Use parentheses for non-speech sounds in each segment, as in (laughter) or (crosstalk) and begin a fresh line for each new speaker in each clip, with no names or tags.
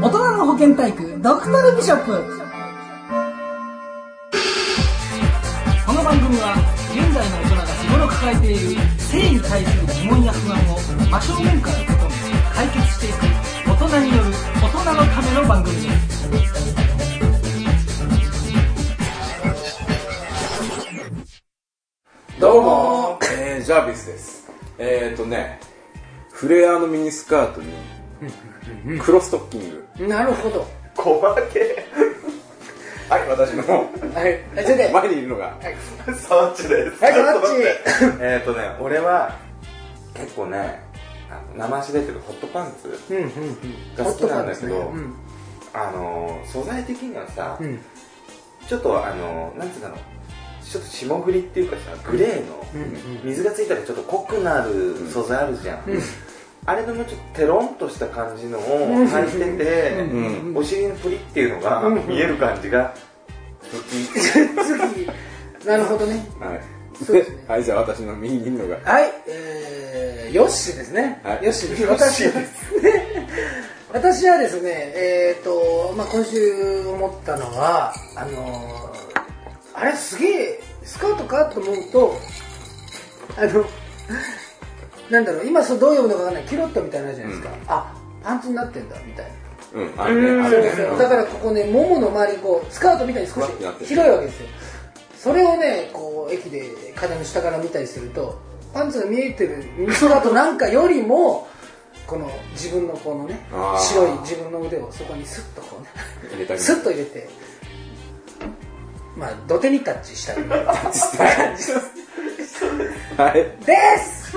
大人の保健体育ドクタルビショップこの番組は現代の大人が日頃抱えている性に対する疑問や不安を真正面から突き止め解決していく大人による大人のための番組です
どうも、えー、ジャービスです。えっ、ー、とね、フレアのミニスカートに、黒ストッキング。
なるほど。
小分け
はい、私の
はい。あそれで、はい。
前にいるのが。
サワッチです
はい、
ちょっと待
(laughs)
って
マッチ。
えっとね、俺は、結構ね、あの生足でっていうかホットパンツ
うん、うん、
が好きなんだけど、
うん。
あのー、素材的にはさ、
うん。
ちょっとあのー、なんつうんだろう、ちょっと霜降りっていうかさ、グレーの、
うんうん
水がついたらちょっと濃くなる素材あるじゃん。あれのもうちょっとテロンとした感じのを履いてて、
うん
お尻のプリっていうのが
うん
見える感じが好き、
次。なるほどね。
はい
そうですね
はいじゃあ私の右にいるのが
はい。えー、ヨッシーですね。
はい
ヨッシーです。私はですね。私はですね、えっ、ー、と、まあ、今週思ったのは、あのー、あれすげえ、スカートかと思うと、あの、なんだろう、今そうどう読むのかわかんない、キュロットみたいなのあるじゃないですか。
うん
あ、パンツになってんだ、みたいな。
うんあるねあ
そう
るね
ですよだからここねももの周りにこうスカートみたいに少し広いわけですよそれをねこう駅で肩の下から見たりするとパンツが見えてるミソだとなんかよりもこの自分のこのね
あー
白い自分の腕をそこにスッとこうね
(laughs) 入れたく
スッと入れてまあ土手にタッチしたみたいな感
はい
じです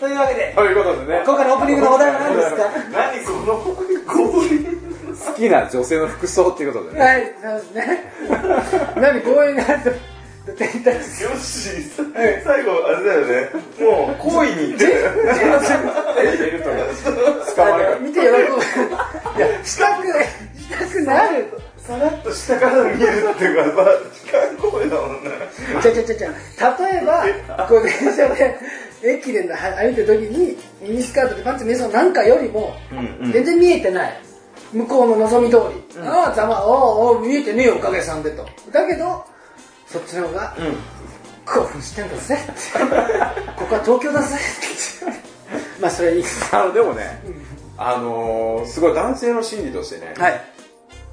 というわけで
ということでね
今回のオープニングのお題は何ですか
何この合理
好きな女性の服装っていうことでね
はいそうですね何強引なやつ土手にタッチ
よし最後あれだよねもう行為に行って
(laughs) 入れるとね捕まる
見て喜ぶいやしたくしたくなる
(laughs) さらっと下から見えるっていうかまあ時間行為だもんね
ちゃちゃちゃちゃ例えばこう電車で駅でな歩いてる時にミニスカートでパンツ見えそうなんかよりも
うんうん
全然見えてない向こうの望み通り、ああざまおうおう見えてねえよおかげさんでとだけどそっちの方が、興奮してんだぜってここは東京だぜってまあそれはいいです
あのでもねあのーすごい男性の心理としてね
はい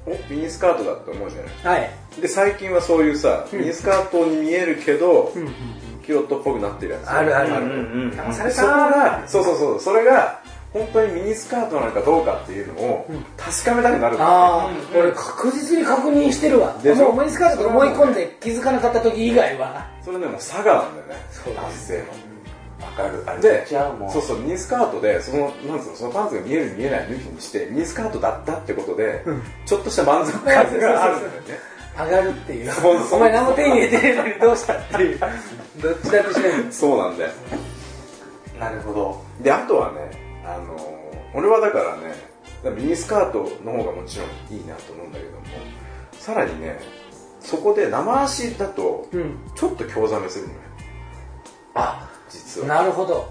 おミニスカートだって思うじゃない
はい
で最近はそういうさミニスカートに見えるけどキュロットっぽくなってるやつ
あるあるあ
うん
る
うんうん
騙さ
で
れ
そこ
た
がそうそうそうそれが本当にミニスカートなのかどうかっていうのを確かめたくなるんだよね
ああ、俺確実に確認してるわ。
でしょ
もう思いつかなと思い込んで気づかなかった時以外は。
それねもう佐賀なんだよね
そう
男性の
わかるあれ
で
ちゃうもん
そうそうミニスカートでそのなんつうのそのパンツが見える見えない抜きにしてミニスカートだったってことで、ちょっとした満足感があるんだよね
上がるっていう
そうそう。
お前何も手に入れてねえのに (laughs) どうしたっていう。どっちだとしないの。
そうなんだよ
なるほど
であとはねあのー俺はだからねだからミニスカートの方がもちろんいいなと思うんだけどもさらにねそこで生足だと
うん。
ちょっと興ざめするのよ
あ、
実は
なるほど。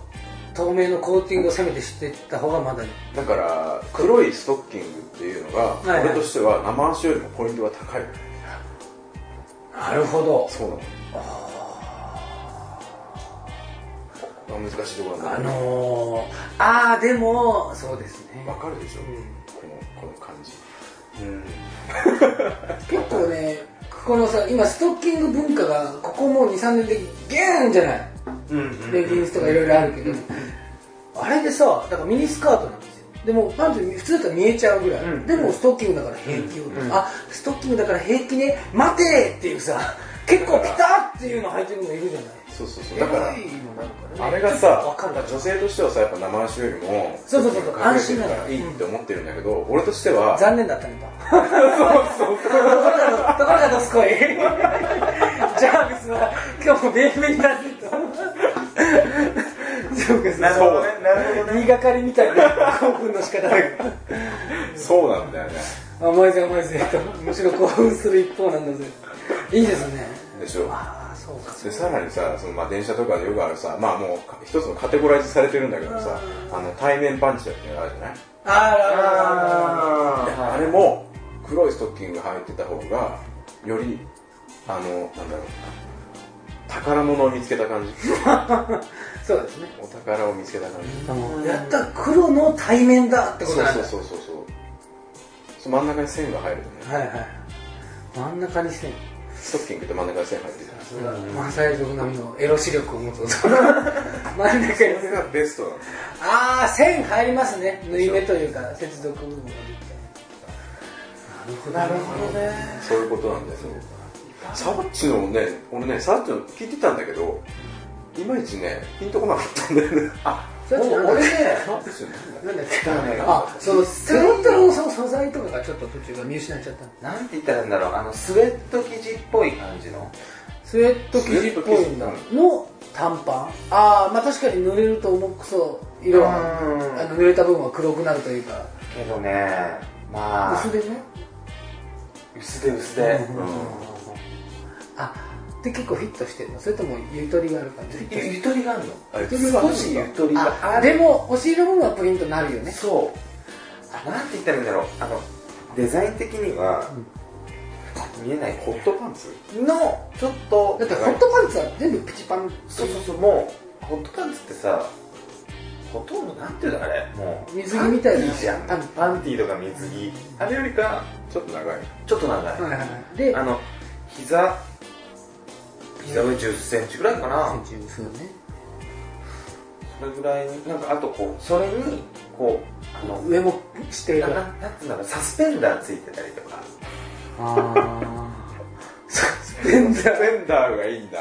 透明のコーティングをせめてしてった方がまだいい。
だから黒いストッキングっていうのが
いはい
俺としては生足よりもポイントが高い
なるほど。
そうなのあー難しいところ
あ
なんだけ
のー、あーでも、そうですね
ど。わかるでしょ、
ん
このこの感じ
うん
結構ね、このさ、今ストッキング文化が、ここもう2、3年でゲーンじゃない
うんうん
レギンスとかいろいろあるけど、あれでさだからミニスカートなんですよでもパンツ普通だったら見えちゃうぐらい、
うん
でもストッキングだから平気よ、あストッキングだから平気ね待てーっていうさ結構ピタッっていうの履いてるのいるじゃない
そうそうそうだから
エロいのなるか
あ
らね
れがさ
わかる
女性としてはさやっぱ生足よりも
そうそうそうそ
隠れて
う
るか
安心な
ら
の
いいって思ってるんだけど、俺としては
残念だったねとそうそうところがどすこい (laughs) じゃあ別は今日もベイベイになってたそうかそう
なるほどねなるほどね
言いがかりみたいな興奮の仕方だけど
そうなんだよね
あお前ぜお前ぜとむしろ興奮する一方なんだぜいいですね
でしょ
ああそうかそ
で
うか
さらにさその、まあ、電車とかでよくあるさまあもうか一つのカテゴライズされてるんだけどさあの対面パンチだっていうのがあるじゃない
あらあらあらあら
あ
れも黒いストッキング履いてた方がよりあのなんだろう宝物を見つけた感 (laughs) じ
そうですね
お宝を見つけた感じ
あのやった黒の対面だってこ
そ
と
う
なん
そ
だ
うそうそうそうそう真ん中に線が入るとね、
はいはい真ん中にしてんの
ストッキングって真ん中に線入ってるじゃない
それはマサイ族並みのエロ視力を持つ男 (laughs) 真ん中に
それがベストなんです
ああ線入りますね縫い目というか接続部分ができてなるほどね
そういうことなんだよサバッチのね俺ねサバッチの聞いてたんだけどいまいちねピンとこなかったんだよねあ
それ
お俺ね
サバッチなんだ
なんだっ
だね
けあそのセロンタロのその素材とかがちょっと途中が見失っちゃった
なんて言ったらいいんだろうあのスウェット生地っぽい感じの
スウェット生地っぽいんだ
スウェット生
の短パンああまあ確かに濡れると重くそう色は
うん
あの濡れた部分は黒くなるというか
けどねまあ
薄でね
薄で薄で
あで結構フィットしてるのそれともゆとりがある感じ
うんゆゆとりがあるの
あれ
少しゆとりがあ
あ
る
でもお尻の部分はプリンとなるよね
そうあなんて言ったらいいんだろうあのデザイン的には見えない
ホットパンツ
のちょっと
だってホットパンツは全部プチパン
そうそうそうもうホットパンツってさほとんどなんていうのあれもう
水着みたいな
パンティーじゃん
パン
パンティーとか水着あれよりか
ちょっと長い
ちょっと長い、
はいはいはいで
あの膝膝上1 0ンチぐらいかな、
センチそうね
それぐらいになんかあとこうそれにこうあの
上もしてい
な
る
ななんていうんだろうサスペンダーついてたりとか
あ
スペンダーペンダーがいいんだ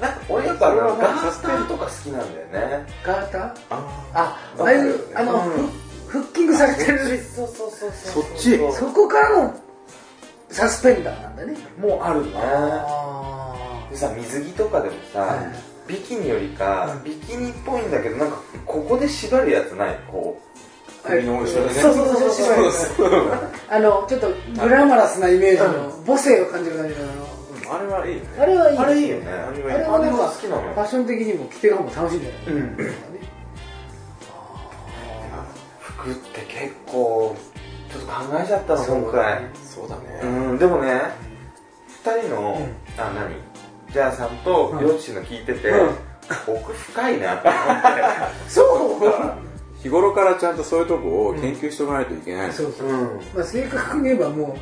なんか俺やっぱあの
それはまあ
ガースターとか好きなんだよね
ーガーター
あ
あああいうあの、
うん
フフッキングされてる
そうそうそう
そっち
そこからのサスペンダーなんだね
もうあるね
あ
でさ水着とかでもさ、
はい
ビキニよりか、ビキニっぽいんだけどなんかここで縛るやつないこ
あ
首の後ろでね
そうそうそうそう
そうそう
あのちょっとグラマラスなイメージの母性を感じる感じのあの
うんあれはいいね
あれはいい
う
です
あれいいよね
あれ
あ
は
れ
いい
あれ
は
は
な
なんん
か
か
好きなの
ファ
よ
ッション的にも着てる方も楽しいんじゃない
うん
ですかね
服って結構ちょっと考えちゃったの今回
そうだね
うんでもね2人の、あ何じゃあさんと両親の聞いてて、
うん
奥深 (laughs) いなって思
そう (laughs)
日頃からちゃんとそういうとこを研究しておかないといけないの
そうそう、
って
まあ、正確に言えばも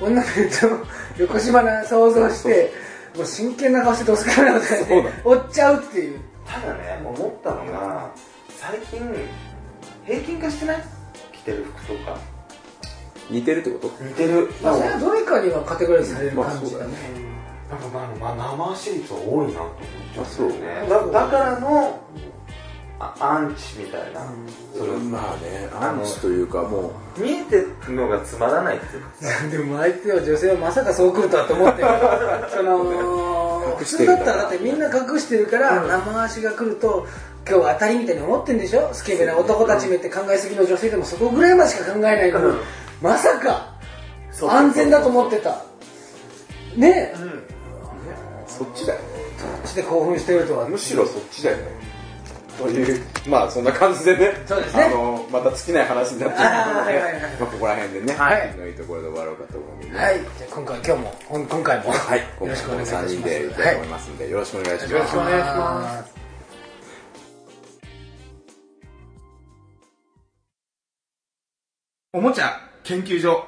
う女の人の (laughs) 横島な想像してもう真剣な顔してどすからなとか言っ
そうだ
て追っちゃうっていう
ただね思ったのが最近平均化してない着てる服とか
似てるってこと
似てる
まあそれはどれかにはカテゴライズされる感じだね,、
ま
なんかまあまあ生シリーズは多いなと思っちゃ
あそう
うねだだからのあアンチみたいな、それ
まあね
あ
ア
の
ンチというかもう
見えてるのがつまらないっていうかさ
でも相手は女性はまさかそう来るとはと思ってるその
隠
普
してる
通
ん
だっ
だ
たらだってみんな隠してるから、生足が来ると今日は当たりみたいに思ってんでしょスケベな男たちめって考えすぎの女性でもそこぐらいまでしか考えないのに、
うん
まさか
そう
安全だと思ってたねえ
うん
そっちだよね
こっちで興奮してるとは
むしろそっちだよねというまあそんな感じでね
そうですね
あのまた尽きない話になっちゃうの
あーはい
で
はいはい
まあここら辺でね、
はい
い、のいいところで終わろうかと思うんでね
はい、じゃあ今回今日もほん今回も、
はい、
よろしくお願いいたしま
3
す。
人でいきたいと思いますんで、よろしくお願いし
よ
ま
ろし
す
くお願いします。
おもちゃ研究所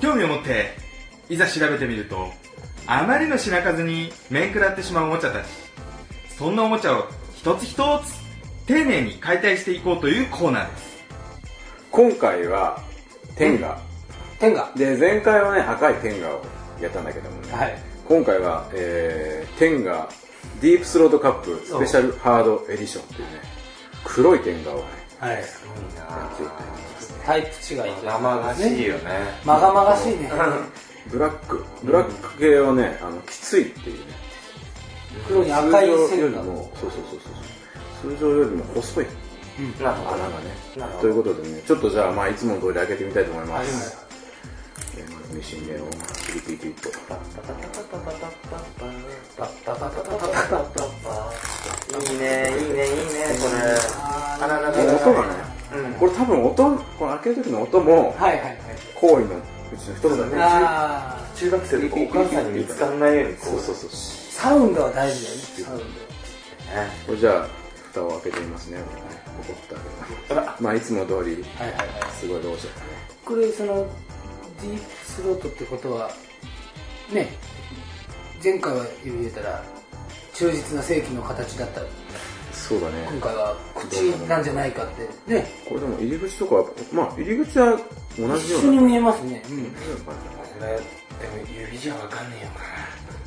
興味を持っていざ調べてみるとあまりの品数に面食らってしまうおもちゃたちそんなおもちゃを一つ一つ丁寧に解体していこうというコーナーです
今回は天下、
天が。
で前回はね赤い天下をやったんだけどもね、
はい。
今回は、えー、天下ディープスロードカップスペシャルハードエディションっていうね黒い天下をね
はい。
いいな
タイプ違い
ぁ生々しいよね
まがまがしいね。
ブラックブラック系はね、あのきついっていうね
黒に赤い
通常よ
線
り
が。
もそうそうそうそう通常よりも細い
なる
穴が
ほど
ね
なるほど
ということでねちょっとじゃあまあいつもの通り開けてみたいと思います、えーまずミシン目をピリピリピリと
いいねいいねいいねこれ
あ
あらららら
音がね
うん
はい
これ多分音この開ける時の音も
はいはい
行為のうちの一つだね
ああ
中学生とかお母さんに見つからないようにこう
そうそうそう
サウンドは大事だよねサウン
ね
これじゃあ蓋を開けてみますねこれね怒ったけどまあいつも通り
ドはいはいはい
すごいローションだね
これそのディープスロートってことはね前回は言えたら忠実な正規の形だった
そうだね
今回は口なんじゃないかってね
これでも入り口とかはまあ入り口は同じ
一
よ
緒
う
に
な
見えますね、うん、
これでも指じゃわかんね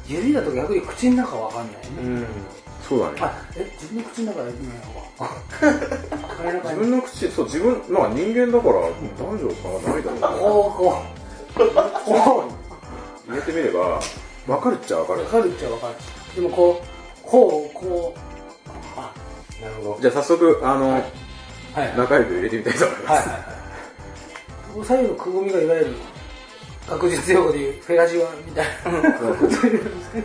えよ
指だと逆に口の中わかんないね、
なうん
そうだね
あえ自分の口の中で見ない方が体が
自分の口そう自分まあ人間だから男女差はないだろう
こうこうこ
ね入れてみれば分かるっちゃ分か
う
る
わかるっちゃわかるでもこうこうこ
なるほど
じゃあ早速あの、
うはいはいはい
中指を入れてみたいと思います、
はいはい左右のくぼみがいわゆる学術用語でいうフェラジワみたいなことになるんですね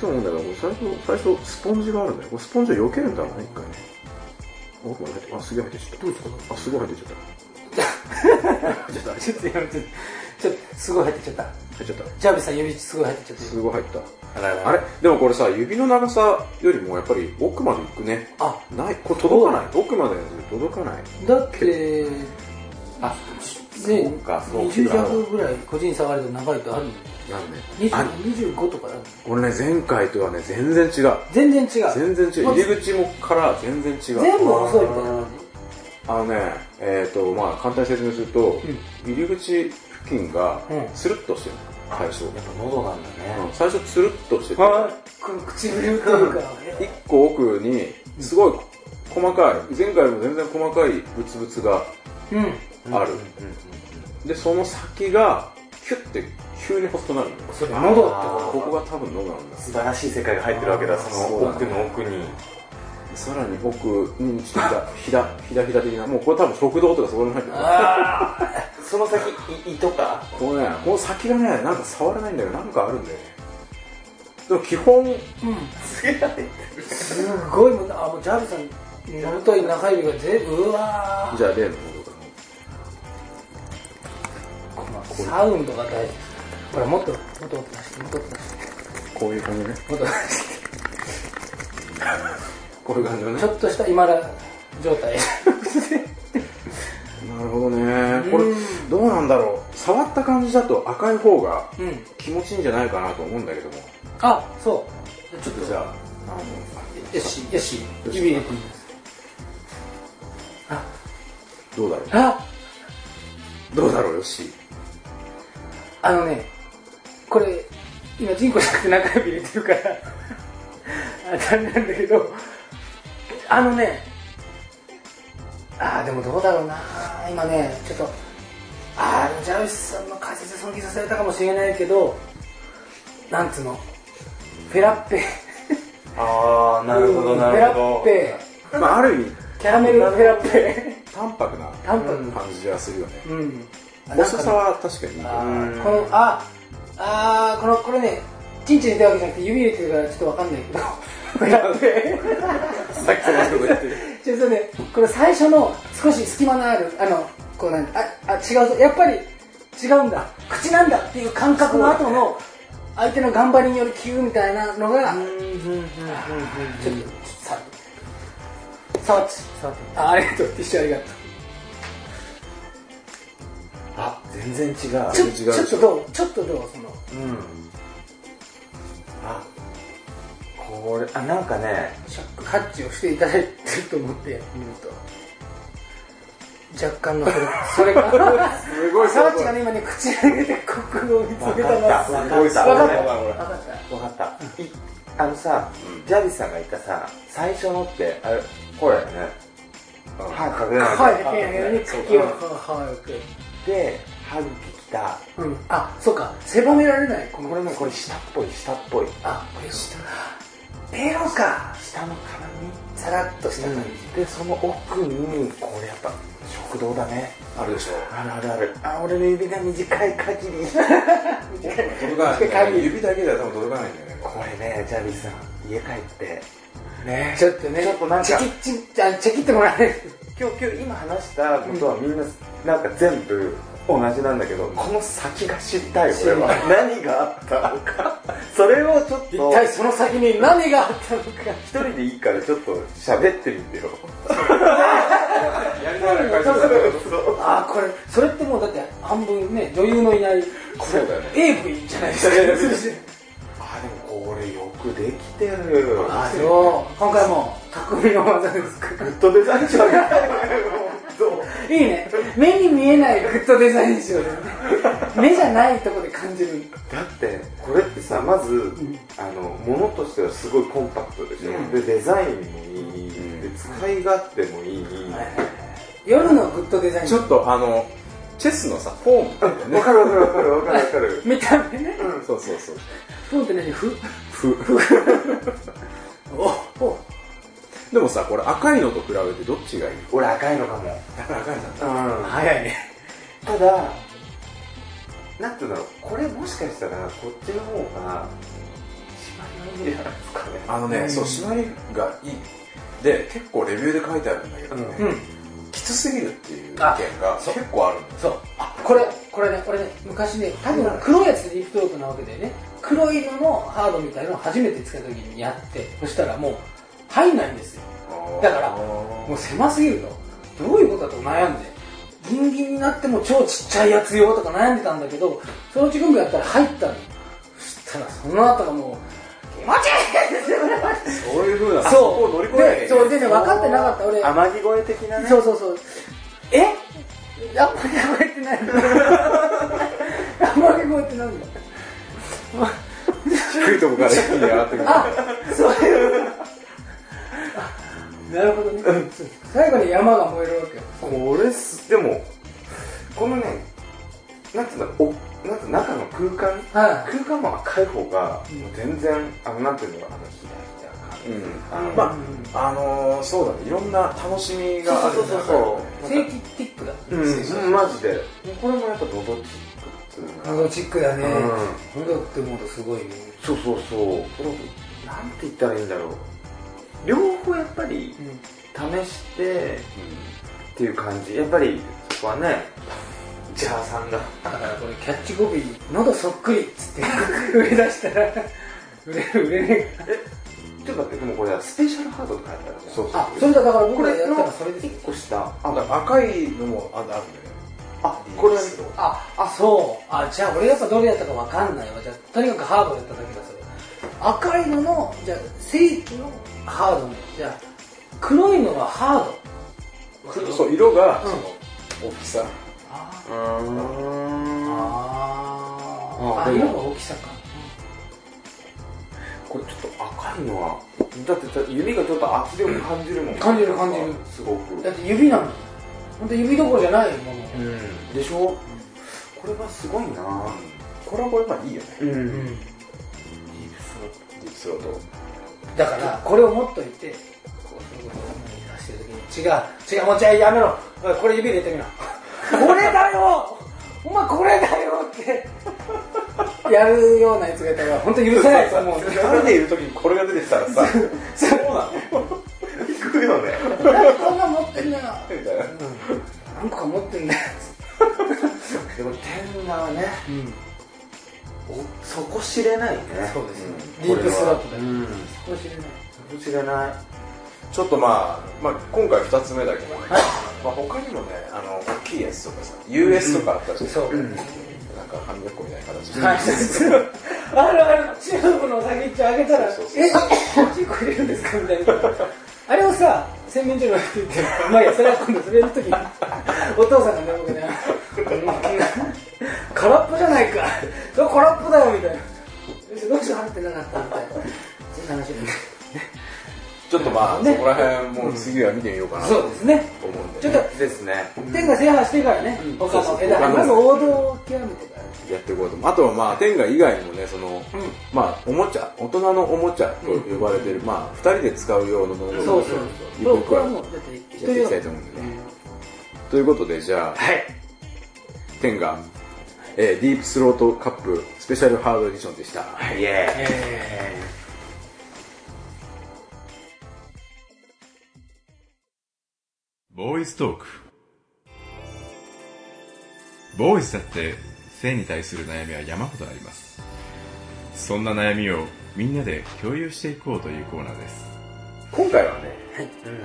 そうなんだけど、最初、最初、スポンジがあるんだよ。これスポンジは避けるんだろうね、一回ね。奥まで入って、あ、すげえ入ってっちゃった。
どうですか
あ、すごい入ってっちゃっ
ちょっとやめてちょっとすごい入ってっちゃった
た。入っちゃっ
ジャービスさん指すごい入ってっち
た。
ゃっ
すごい入った。
あらら
あれでもこれさ、指の長さよりもやっぱり奥まで行くね。
たあ
ない、これ届かない。奥までのやつ届かない。
だってあね
そうかそうか
20弱ぐらい個人差があると長いとあるんだよ
なんで、あ
20 25とかだもん
これね、前回とはね、全然違う。
全然違
全
う
然違う。
もう
入り口もから全然違う。
全部細いみたいな感
あのね、えっ、と、まあ簡単に説明すると、入り口付近が
うん
スルッとしてる。最初。
やっぱ喉なんだね
うん最初つるっとしてて、
じこの唇っていうか
一個奥にすごい細かい、前回よりも全然細かいブツブツが
うん
ある、
うんうん
でその先がキュッて急に細くなるのよ
それ喉って
あー
ここが多分喉なんだ
素晴らしい世界が入ってるわけだそ
そう
の
だ
奥
ね
の奥に
さらに奥にちょっとひ
(laughs)
だひだひだひだ的なもうこれ多分食堂とかそこに入ってる
あ
その先胃とか
こうねこの先がねなんか触れないんだけどなんかあるんだよねでも基本
ーうん
すげえ
すごいもんあもうジャービスさんの太い中指が全部うわ
じゃあ例の喉か
ーサウンドが大事ほらもっともっともっと出してもっともっと出して
なこういう感じね
もっと出して
こういう感じのね
ちょっとした今だ状態
なるほどねこれどうなんだろう触った感じだと赤い方が
うん
気持ちいいんじゃないかなと思うんだけども
あそうちょっと
じゃああの
よしよし指入れてみます
どうだろう
あ
どうだろうよし
あのね、これ、今、人工じゃなくて中指入れてるから、あれなんだけど、あのね、ああ、でもどうだろうな、今ね、ちょっと、ああ、ジャウスさんの解説尊敬させられたかもしれないけど、なんつうの、フェラッペ、
ああなるほど
うん
なるほど
フェラッペ、
まあある意味
キャラメルのフェラッペ、
淡白な
タンパ
うん
感じはするよね
ク、うん、
細さは確かにいいけど
あ
うん
ーこのああーこのこれねチンチン入れてるわけじゃなくて指入れてるからちょっとわかんないけどやべえ
さっきそんなこと言ってる
(laughs) ちょっとねこれ最初の少し隙間のあるあのこうなんかああ違うぞやっぱり違うんだ口なんだっていう感覚の後の相手の頑張りによるキューみたいなのがちょっとさ触って触ってあありがとうティッシュありがとう
あ全然違う
ち
違
ょ
うでしょ
ちょっとどうちょっとどうその
うんあこれあなんかね
シャックハッチをしていただいてると思ってやってみると若干のそれそれが
すごい
サラッチがね今ね口に入れて国を見つけた
わかった
わ
わか
かっ
ったた
わ
わ
か
か
っ
ったた
かっ
わかったいあのさジャビスさんが言ったさ最初のってあれこれだよね歯かけ
た
な
はいいに茎を早く
で歯茎きた
うんあそうか狭められないこ
これもこれ下っぽい下っぽい
あこれ下ベロか
下の絡み
さらっとした感じ
でその奥にこれやっぱ食堂だね
あるでしょ
あるあるあるあ俺の指が短い限り
届かない指だけでは多分届かないんだよね
これねジャビさん家帰ってね
ちょっとね
ちょっとなんか
チキチキあチキってもらえる
今日今日今話したことはみんな、なんか全部同じなんだけどこの先が知りたい俺は何があったのかそれをちょっ
一
と
体その先に何があったのか
一人でいいからちょっと喋ってみてよ
やりながら会社だ
ああこれそれってもうだって半分ね女優のいない
そうだね
AV じゃないですか
あでもこれよくできてる
あそう今回も匠の技ですか
グッドデザイン賞みたいな本
いいね目に見えないグッドデザイン賞だよね目じゃないとこで感じる
当だ (laughs) ってこれってさまず、あの物としてはすごいコンパクトでしょ、でデザインもいい、
うん
で使い勝手もいい、
夜のグッドデザイン
ち
賞
ょっとあのチェスのさフォームみたいな
わ
ね
かるわかるわかるわかるわかる
見た目ね
そうそうそう
フンって何ふおお
でもさこれ赤いのと比べてどっちがいい
俺赤いのかも
だから赤いの
うん
早いね
ただなんていうんだろうこれもしかしたらこっちの方が縛りがいいんじゃないですかね
あの
う
ね
ん
そう縛りがいいで結構レビューで書いてあるんだけどね、
うん
きつすぎるっていう意見が結構あるんだよ
そうあこれこれね俺ね昔ね多分黒いやつでリフトロープなわけだよね黒いののハードみたいのを初めて使った時にやってそしたらもう入んないんですよだからもう狭すぎるとどういうことだと悩んでギンギンになっても超ちっちゃいやつよとか悩んでたんだけどそのうち軍部やったら入ったのそしたらその後がもう気持ちいい
そういうふうな
そう
そこを乗り越えない
でそうでね分かってなかった俺
天城越え的なね
そうそうそう。えあんまり声ってないのあんまり声ってないんだ。
低いとこから一気に上がってくる
あ、そういう。あなるほどね。最後に山が燃えるわけよ。
これすでもこのねなんていうんだろうおなんて中の空間
はい。
空間も赤い方が
うん
もう全然あのなんていうんだろうあのひ
う
ら
ん
ひら感
まああのー、そうだねいろんな楽しみがあるんだ
そうそうそう
正規ティックだ。
うん、うん、マジでこれもやっぱのどっちっていうか
ノドチックだね。
うん
ノドって思うとすごいね。
そうそうそうこれなんて言ったらいいんだろう両方やっぱり試してっていう感じやっぱりそこはねジャーさんが
だからこれキャッチコピー、喉そっくりっつって (laughs) 売れ出したら、売れる売れねえか。
ちょっと待ってでもこれはスペシャルハードって書いてあるじゃん
そうそう
あ、それだだから
こ
僕ら
れ
やっ
の
たらそれですよ。
1個下
あだから赤いのもああるんだよね
あこれは
そう
ああそうあじゃあ俺やっぱどれやったかわかんないわじゃあとにかくハードやっただけだそれ赤いののじゃあ正規のハードのじゃあ黒いのはハード
そう色が、その大きさ
あ
うーん
あ
あ
あ
でも
色が大きさか
これちょっと赤いのはだってだって指がちょっと圧力感じるもん
感じる感じる
すごく
だって指なんだよほんと指どころじゃないもの
うんでしょこれはすごいな
これはこれまあいいよね
う
うんん
ディープスロート
だからこれを持っといてこうそういうことを出してる時に違う違うもうじゃあやめろおいこれ指入れてみろ (laughs) これだよお前これだよって (laughs) やるようなやつがいたら本当許せないと思うんです (laughs) よ
2人でいる時にこれが出てきたらさそう (laughs) なの
引くよね
なんかこんなん持ってんだよ
みたいな
何個か持ってんだよ
でも天下はね
うん
おそこ知れないね
そうですね
ん
ディープスロット
う
だよ
ん
そう知れない
そこ知れない
ちょっとまあ、まあ、今回2つ目だけど、まあ、他にもねあの大きいやつとかさ US とかあったじゃん、
そう
なんか歯磨き粉みたいな形して
はい (laughs) あるあるチューブの先っちょ開けたら
そうそう
「えチンコ入れるんですか?」みたいなあれをさ洗面所に置いててまあいいやそれは今度それの (laughs) 時にお父さん (laughs) がね僕ね「空っぽじゃないかそれ空っぽだよ」みたいな「どうして入ってなかった?」みたいなそんな話だね
ちょっとまあ、
ね
そこら辺も次は見てみようかなと
そ
思
うですね
うん
ち
で、
ょっ
ね、
と
ですね
天が制覇してからね他の枝まず王道を極めてから
やっていこうと思うあとはまあ天下以外にもねその、まあおもちゃ大人のおもちゃと呼ばれてる、まあ2人で使う用のもの
そ
を
うそう
ゆ
そう
くゆく
これ
は
はもうだって一人
やってい
用
きたいと思うんでね、ということでじゃあ
はい
天下、えーディープスロートカップスペシャルハードエディションでした、
イエーイ
えー
ボーイズトークボーイズだって性に対する悩みは山ほどありますそんな悩みをみんなで共有していこうというコーナーです
今回はね、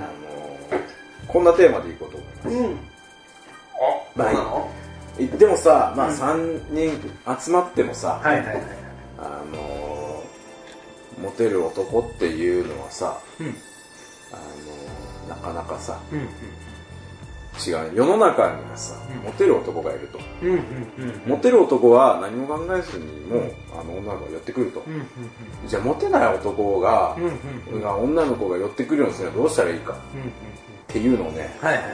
あのーこんなテーマでいこうと思います
うん
まあいでもさ、まあ、3人集まってもさ、
はいはいはい
あのーモテる男っていうのはさ、あのーなかなかさ、違う世の中にはさ、モテる男がいると、
うんうん
モテる男は何も考えずにもうあの女の子が寄ってくると、じゃあモテない男が,、が女の子が寄ってくるようにするにはどうしたらいいかっていうのをね
はいはい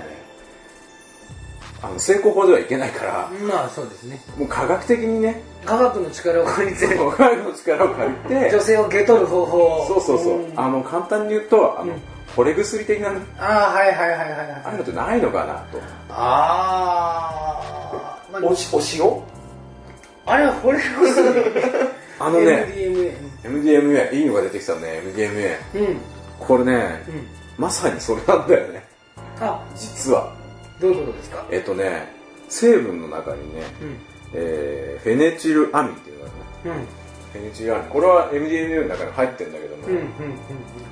あの成功法ではいけないから、
まあそうですね
もう科学的に
(laughs)
ね
科学の力を借りて
科学の力を借りて
女性を受け取る方法
そうそうそう、
んあ
あの簡単に言うとあの、惚れ薬的なね
あはいはいはいは
ああい
いは
う
い
のってないのかなと
ああ、まあ
おしお塩
あれは惚れ薬
あのね
MDMA
MDMA いいのが出てきたね MDMA
うんうん
これね、
うん
まさにそれなんだよね
あ
実は
どういうことですか
えっとね成分の中にね、
うん
えーフェネチルアミンっていうのがあるね
うん
フェネチルアミンこれは MDMA の中に入ってるんだけども、
うんうんうん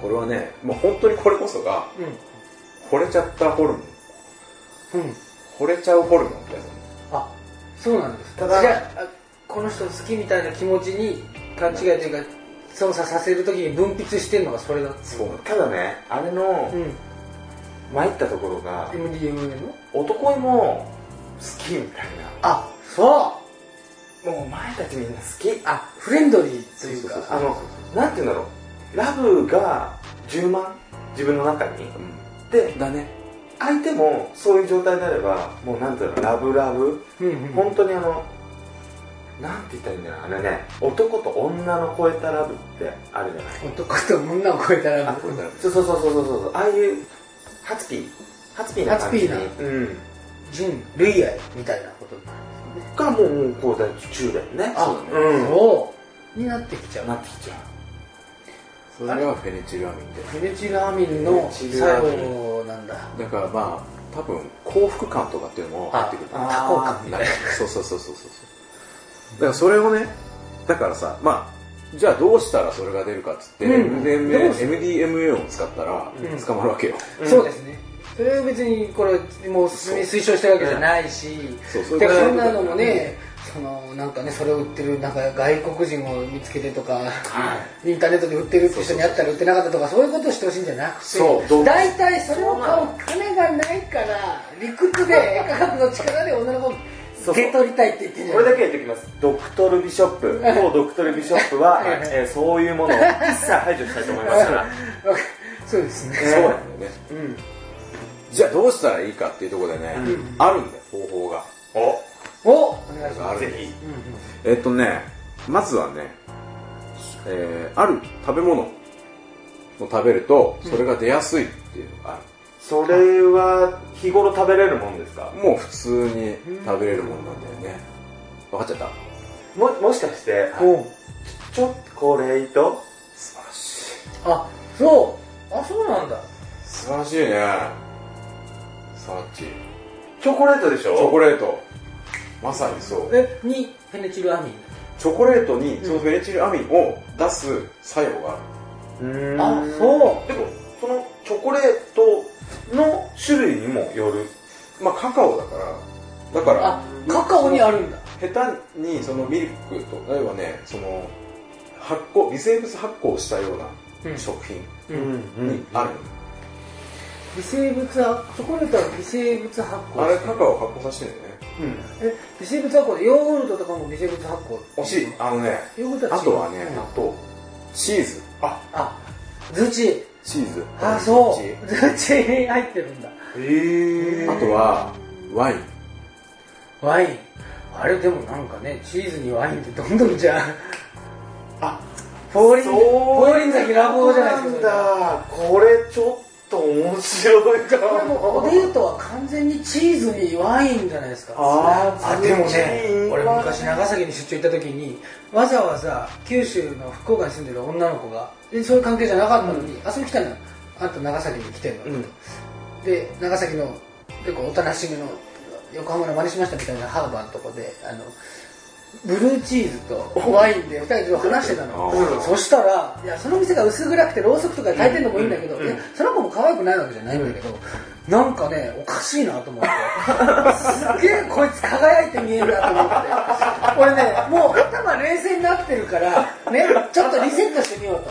これはねもう本当にこれこそが惚れちゃったホルモン
うんうん
惚れちゃうホルモンってやつなんだよ
あそうなんです
ただ
じゃああこの人好きみたいな気持ちに勘違いというか操作させるときに分泌してるのがそれだ
そうなんだ
ただねあれの
ん
参ったところが
MDMA の
男にも好きみたい
あそ
なもうお前たちみんな好き
うあフレンドリーというか
あのなんて言うんだろうラブが10万自分の中に
う
で
んだね
相手もそういう状態になればもうなんて言うんだろうラブラブ
うんうん
本当にあのなんて言ったらいいんだろうあれね男と女の超えたラブってあるじゃない
男と女を超えたら
あ
もう
そうそうそうそうそうそうああいうハツピーハツピーな感じに
ハツ
うん
純類愛みたいなことになる
がもうもうこうだよ中だよね
そうだね
うん
そうになってきちゃう
なってきちゃう
それがフェネチルアミンで
フェネチルアミンの
フェネチルア
作
ミン
用なんだ
だからまあ多分幸福感とかっていうのも入ってくると思う
多幸感みたいな
そうそうそうそうそうそうだからそれをねだからさまあじゃあどうしたらそれが出るかっつって、
うん
MDMA, MDMA を使ったら
うん
捕まるわけよ、
そうですねそれは別にこれもう推奨してるわけじゃないし
そうそう
だから
そう
そんなのもねそのなんかねそれを売ってるなんか外国人を見つけてとか、インターネットで売ってるって人に会ったら売ってなかったとかそういうことをしてほしいんじゃなくて
そうどう
大体それを買う金がないから理屈で科学の力で女の子を
そう
受け取りたいって言ってんじゃ
こ
な
れ
い
だけ言っておきますドクトルビショップ当ドクトルビショップは、
はい
えーそういうものを一切排除したいと思いますから
わかそうですね
そうなんだよね、じゃあどうしたらいいかっていうところでね、あるんだよ方法が
お
おお願いしま
あるん
ぜ
だよ
ひ
えっとねまずはね、えーある食べ物を食べるとそれが出やすいっていうのがある、
それは日頃食べれるもんですか
もう普通に食べれるもんなんだよね分かっちゃった
ももしかして
すお
チョコレート
素晴らしい
あそうあそうなんだ
素晴らしいねサーチチ
チョコレートでしょ
ョコレートまさにそう
えにフェネチルアミン
チョコレートにそのフェネチルアミンを出す作用がある
うーん
あそ
でもそのチョコレートの種類にもよる
まあカカオだからだか
うあ
ら
カカオにあるんだ
下手にそのミルクと例えばねその発酵微生物発酵したよう
う
なん食品
う
にある、
微生物はチョコレートは微生物発
あれ
酵
カカオ発酵させてるんだよね
うん
え微生物発酵でヨーグルトとかも微生物発酵
惜しいあのね
ヨーグルト
あ
は違う
とはね
うん
納豆
チーズ
あズチ
チーズ
あそ
チーズ
うズチに入ってるんだ
へえ
あとはワイン
ワインあれでもなんかねチーズにワインってどんどんじゃん
あ
フォーリンフォーリン先ラボじゃないですか
なんだこれちょっと面白いか
それこれも
も
うおデートは完全にチーズにワインじゃないですか
あー
あでも
チー
ね
ズ
俺昔長崎に出張行った時にわざわざ九州の福岡に住んでる女の子がでそういう関係じゃなかったのに遊びに来たのよあんた長崎に来てんのって、で長崎の結構おとなしめの横浜の真似しましたみたいなハーバーのとこであのブルーチーズとワインで2人で話してたの、
うん
そしたらいやその店が薄暗くてろうそくとか焚いてるのもいいんだけど、いやその子も可愛くないわけじゃないんだけど、なんかねおかしいなと思ってすげえこいつ輝いて見えるなと思って俺ねもう頭冷静になってるからねちょっとリセットしてみようと。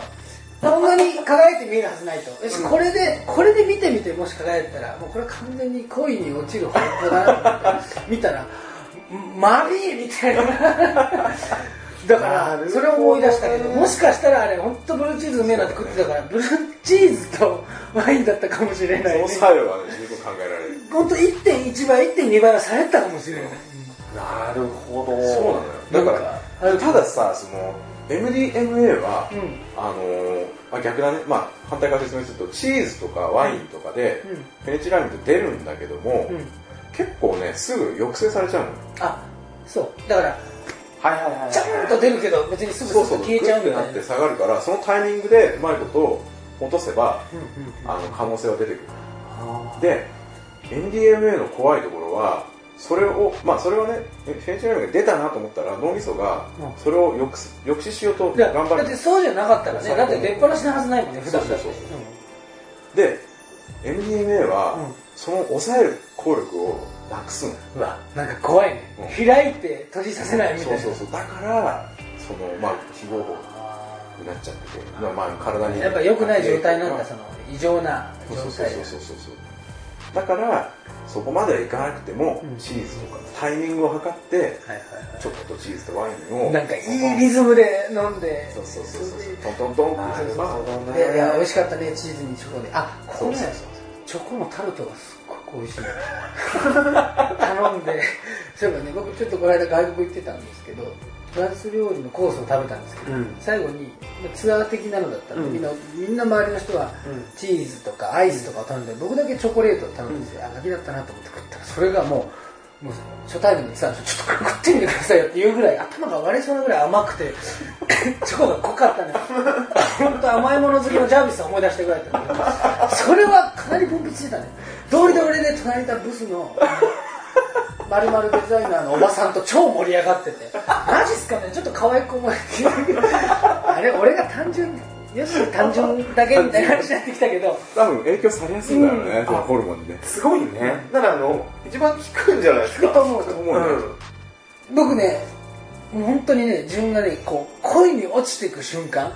こんなに輝いて見えるはずないとよしこれでこれで見てみてもし輝いてたらもうこれは完全に恋に落ちる方向だなと思って見たらマリーみたいなだからそれを思い出したけどもしかしたらあれ本当ブルーチーズうめえなって食ってたからブルーチーズとワインだったかもしれない、ね
その、作用はね十分考えられる
本当1.1倍1.2倍はされてたかもしれない、
なるほど
そうなのよだからたださその MDMA は、
うん
あのーまあ、逆だね、まあ、反対から説明するとチーズとかワインとかで、
うん
ペニチラミンって出るんだけども、
うん
結構ねすぐ抑制されちゃうの
あそうだから
はいはいはい
ちゃんと出るけど別にすぐすぐ消えちゃう
グ
み
ッてな
た
いっ
な
て下がるからそのタイミングでうまいこと落とせば、
うんうん
あの可能性は出てくるで MDMA の怖いところはそれをまあそれはねペニチラミンが出たなと思ったら脳みそが
うん
それを抑制抑止しようと
いや
頑張
だっ
る
てそうじゃなかったらね
そう
だって出っ放しなはずないもんね普段だって
そうそうで MDMA は、
うん
その抑える効力をなくすの
うんうわなんか怖いね、開いて閉じさせないみたい
そう
な
そうそうだからそのまあ非合法になっちゃっててまあ、まあ、体に
やっぱ良くない状態なん
ま
だ
あ
その異常な
そう
状
そうそう
態
そうそうそうだからそこまではいかなくても、
うん
チーズとかタイミングを測って
はいはい
ちょっとチーズとワインを
なんかいいリズムで飲んで
そうそうそうそうトントントンってすれば
いやいや美味しかったねチーズにチョコであここね
そうそう
チョコのタルトがすっごく美味しい (laughs) 頼んでそういえばね僕ちょっとこの間外国行ってたんですけどフランス料理のコースを食べたんですけど、
うん
最後にまあツアー的なのだったんで、
うん
みんなみんな周りの人は
う
チーズとかアイスとかを頼んで、僕だけチョコレートを頼んでて、あガキだったなと思って食ったらそれがもうもう初対面のツアーの人ちょっとこれ食ってみてくださいよっていうぐらい頭が割れそうなぐらい甘くて (coughs) チョコが濃かったね本当甘いもの好きのジャービスさん思い出してくらいだったんだけどそれはかなり分泌してたねどれで俺で隣にいたブスのまるまるデザイナーのおばさんと超盛り上がっててマジっすかねちょっと可愛く思えてあれ俺が単純よし単純だけみたいな話になってきたけど
多分影響されやすいんだろうね、
うん
そのホルモンにね
すごいねだからあの一番効くんじゃないです
聞くと
か
思う
と
と
思うよね、
うん
僕ねもう本当にね自分がねこう恋に落ちていく瞬間、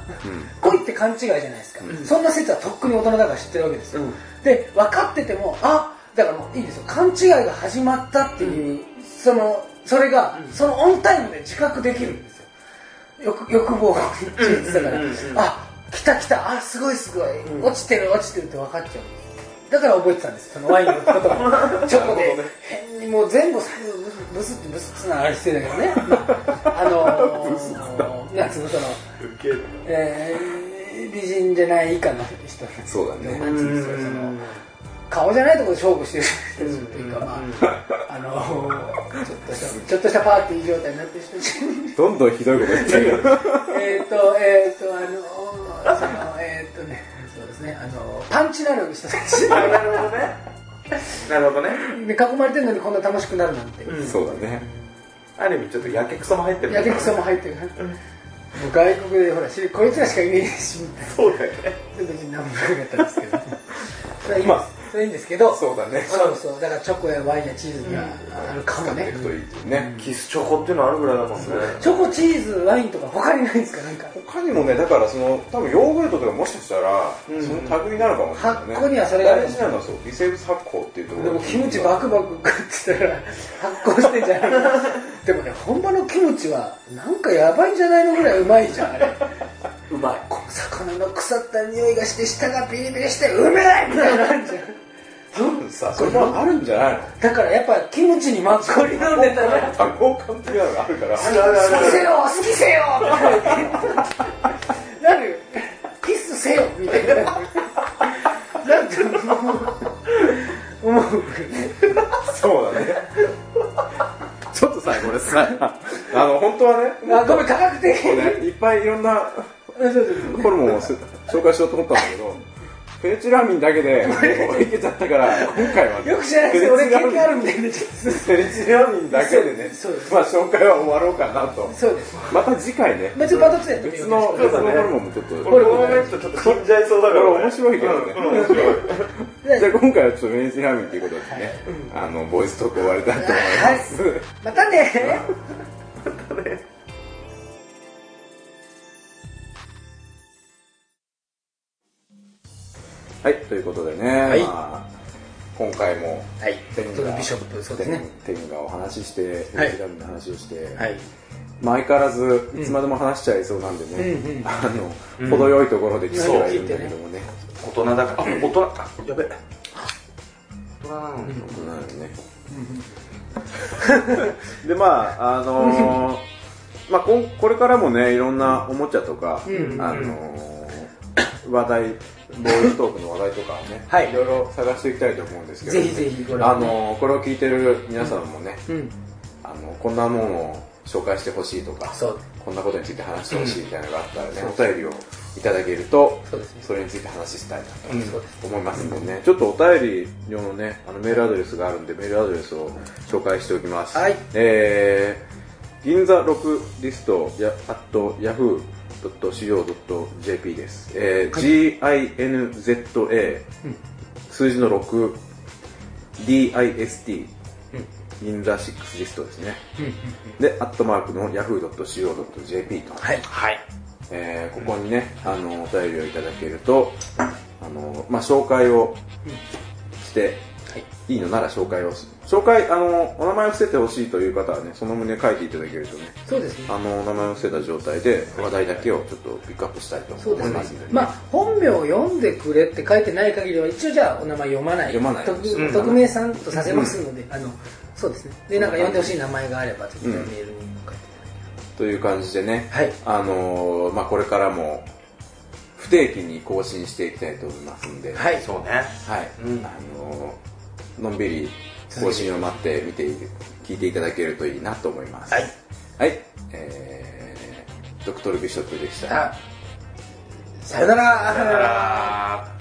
恋って勘違いじゃないですか、そんな説はとっくに大人だから知ってるわけですよ、
うん
で分かっててもあだからもういいですよ勘違いが始まったっていう、そのそれが、そのオンタイムで自覚できるんですよ欲欲望が事実だから、
うんうんうんうん
あ来た来たあすごいすごい、落ちてる落ちてるって分かっちゃうんですだから覚えてたんですそのワインのことも
(laughs)
チョコで変にもう前後左右ブスってブスってなあれしてだけ
(laughs)
どねあのー、なんつうのその、
ウケる
えー美人じゃない以下の人
そうだね
なんつうんですかその顔じゃないところで勝負してる人たちっていうかまああのーちょっとしたちょっとしたパーティー状態になってる人た
(laughs)
ち
どんどんひどいこと言ってる
(laughs)
よ
えっと、えっ、と、あの、その、えっ、とね、そうですね、あの、パンチなる人た
(laughs)
ち
なるほどねなるほどね
に囲まれてるのにこんな楽しくなるなんて。
そうだね
ある意味ちょっとやけくそも入ってる
やけくそも入ってる。もう外国でほら、しこいつらしかいねえし、みたいな。
そうだよね
別に何もなかったんですけど。それはいいんです。それはいいんですけど。
そうだね
そうそう。だからチョコやワインやチーズがあるかも
やっ
ね
てい。くといいっていうね、
キスチョコっていうのあるぐらいだもんね
チョコ、チーズ、ワインとか他にないんですかなんか。
他にもねだからその多分ヨーグルトとかもしかしたら、
ん
その類なのかもしれないね
発酵にはそれがある
大事なのはそう微生物発酵っていうところ
でもキムチバクバク食ってたら発酵してんじゃない
(laughs)
でもね本場のキムチはなんかやばいんじゃないのぐらいうまいじゃんあれ
うまい
この魚の腐った匂いがして舌がビリビリしてうめえみたいなのあるじゃん
多分さそれもあるんじゃないの
だからやっぱキムチにマッコリ飲んでたら
多幸感っていうのがあるから
あるあるあ
好き
る
せよ好きせよってなるよキスせよみたいななんて思う思う
そうだねちょっとさこれさあの本当はねも
あごめん科学的 (laughs)
うねいっぱいいろんな
そうそうそう
ホルモンをす紹介しようと思ったんだけどフェルチラーミンだけでもういけちゃったから今回は
よく知らないですけど俺経験あるんでねちょっと
フェルチラーミンだけでね
そうです
まあ紹介は終わろうかなと
そうです
また次回ね
まあちょっとまた次回やってみよ
別
う
の別のホルモンもちょっとこ
俺この辺ちょっと飛んじゃいそうだか
れ
ら
面白いけどね
うん面
(laughs)
白い
じゃあ今回はちょっとフェルチラーミンということでねあのボイストーク終わりたいと思います
またね
はいということでね
い
まあ今回も
はい
天狗
そ
が
のビショップそうですね
天狗がお話ししてフェルチラーミンの話をして
はい
まあ相変わらずいつまでも話しちゃいそうなんでね、
うんうん
あの程よいところで聞
そう
いてるんだけどもね、
大人だからあ大人あ
やべ
大人なのに
そうなの
(laughs)
ね。でまああ
(laughs)
のーまあこんこれからもねいろんなおもちゃとか、
ん
あのー話題ボールトークの話題とかをね、
はい
ろいろ探していきたいと思うんですけど、
ぜひぜひこれ
あのーこれを聞いてる皆さんもね、
うん
あのこんなものを紹介してほしいとか
そう
こんなことについて話してほしいみたいなのがあったらね、お便りをいただけると
そうですね
それについて話したいな
うんそうで
と思いますんでね、ちょっとお便り用のねあのメールアドレスがあるんでメールアドレスを紹介しておきます、
はい
えー、銀座6リストやアットヤフー .co.jp です、えー GINZA、数字の6 DIST 銀座6リストですね、でアットマークの yahoo.co.jp と、
はい
はい
えーここにね、あのお便りをいただけるとあの、まあ、紹介をして、い、いのなら紹介をす紹介あのお名前を伏せてほしいという方はねその旨書いていただけるとね
そうですね
あのお名前を伏せた状態で話題だけをちょっとピックアップしたいと
そう
思
で
い
すね
ますんでね、
まあ本名を読んでくれって書いてない限りは一応じゃあお名前読まない
読まない
匿
うん
匿名さんとさせますので、あのそうですねでなんか呼んでほしい名前があれば絶対メ
うん
ールに書いて
という感じでね、
はい
あのーまあ、これからも不定期に更新していきたいと思いますんで、
いただきます
そうね
はい、
うん
あのーのんびり更新を待って見ている聞いていただけるといいなと思います
はい、
はいえー、ドクトルビショップでした
はいあさよなら
さよなら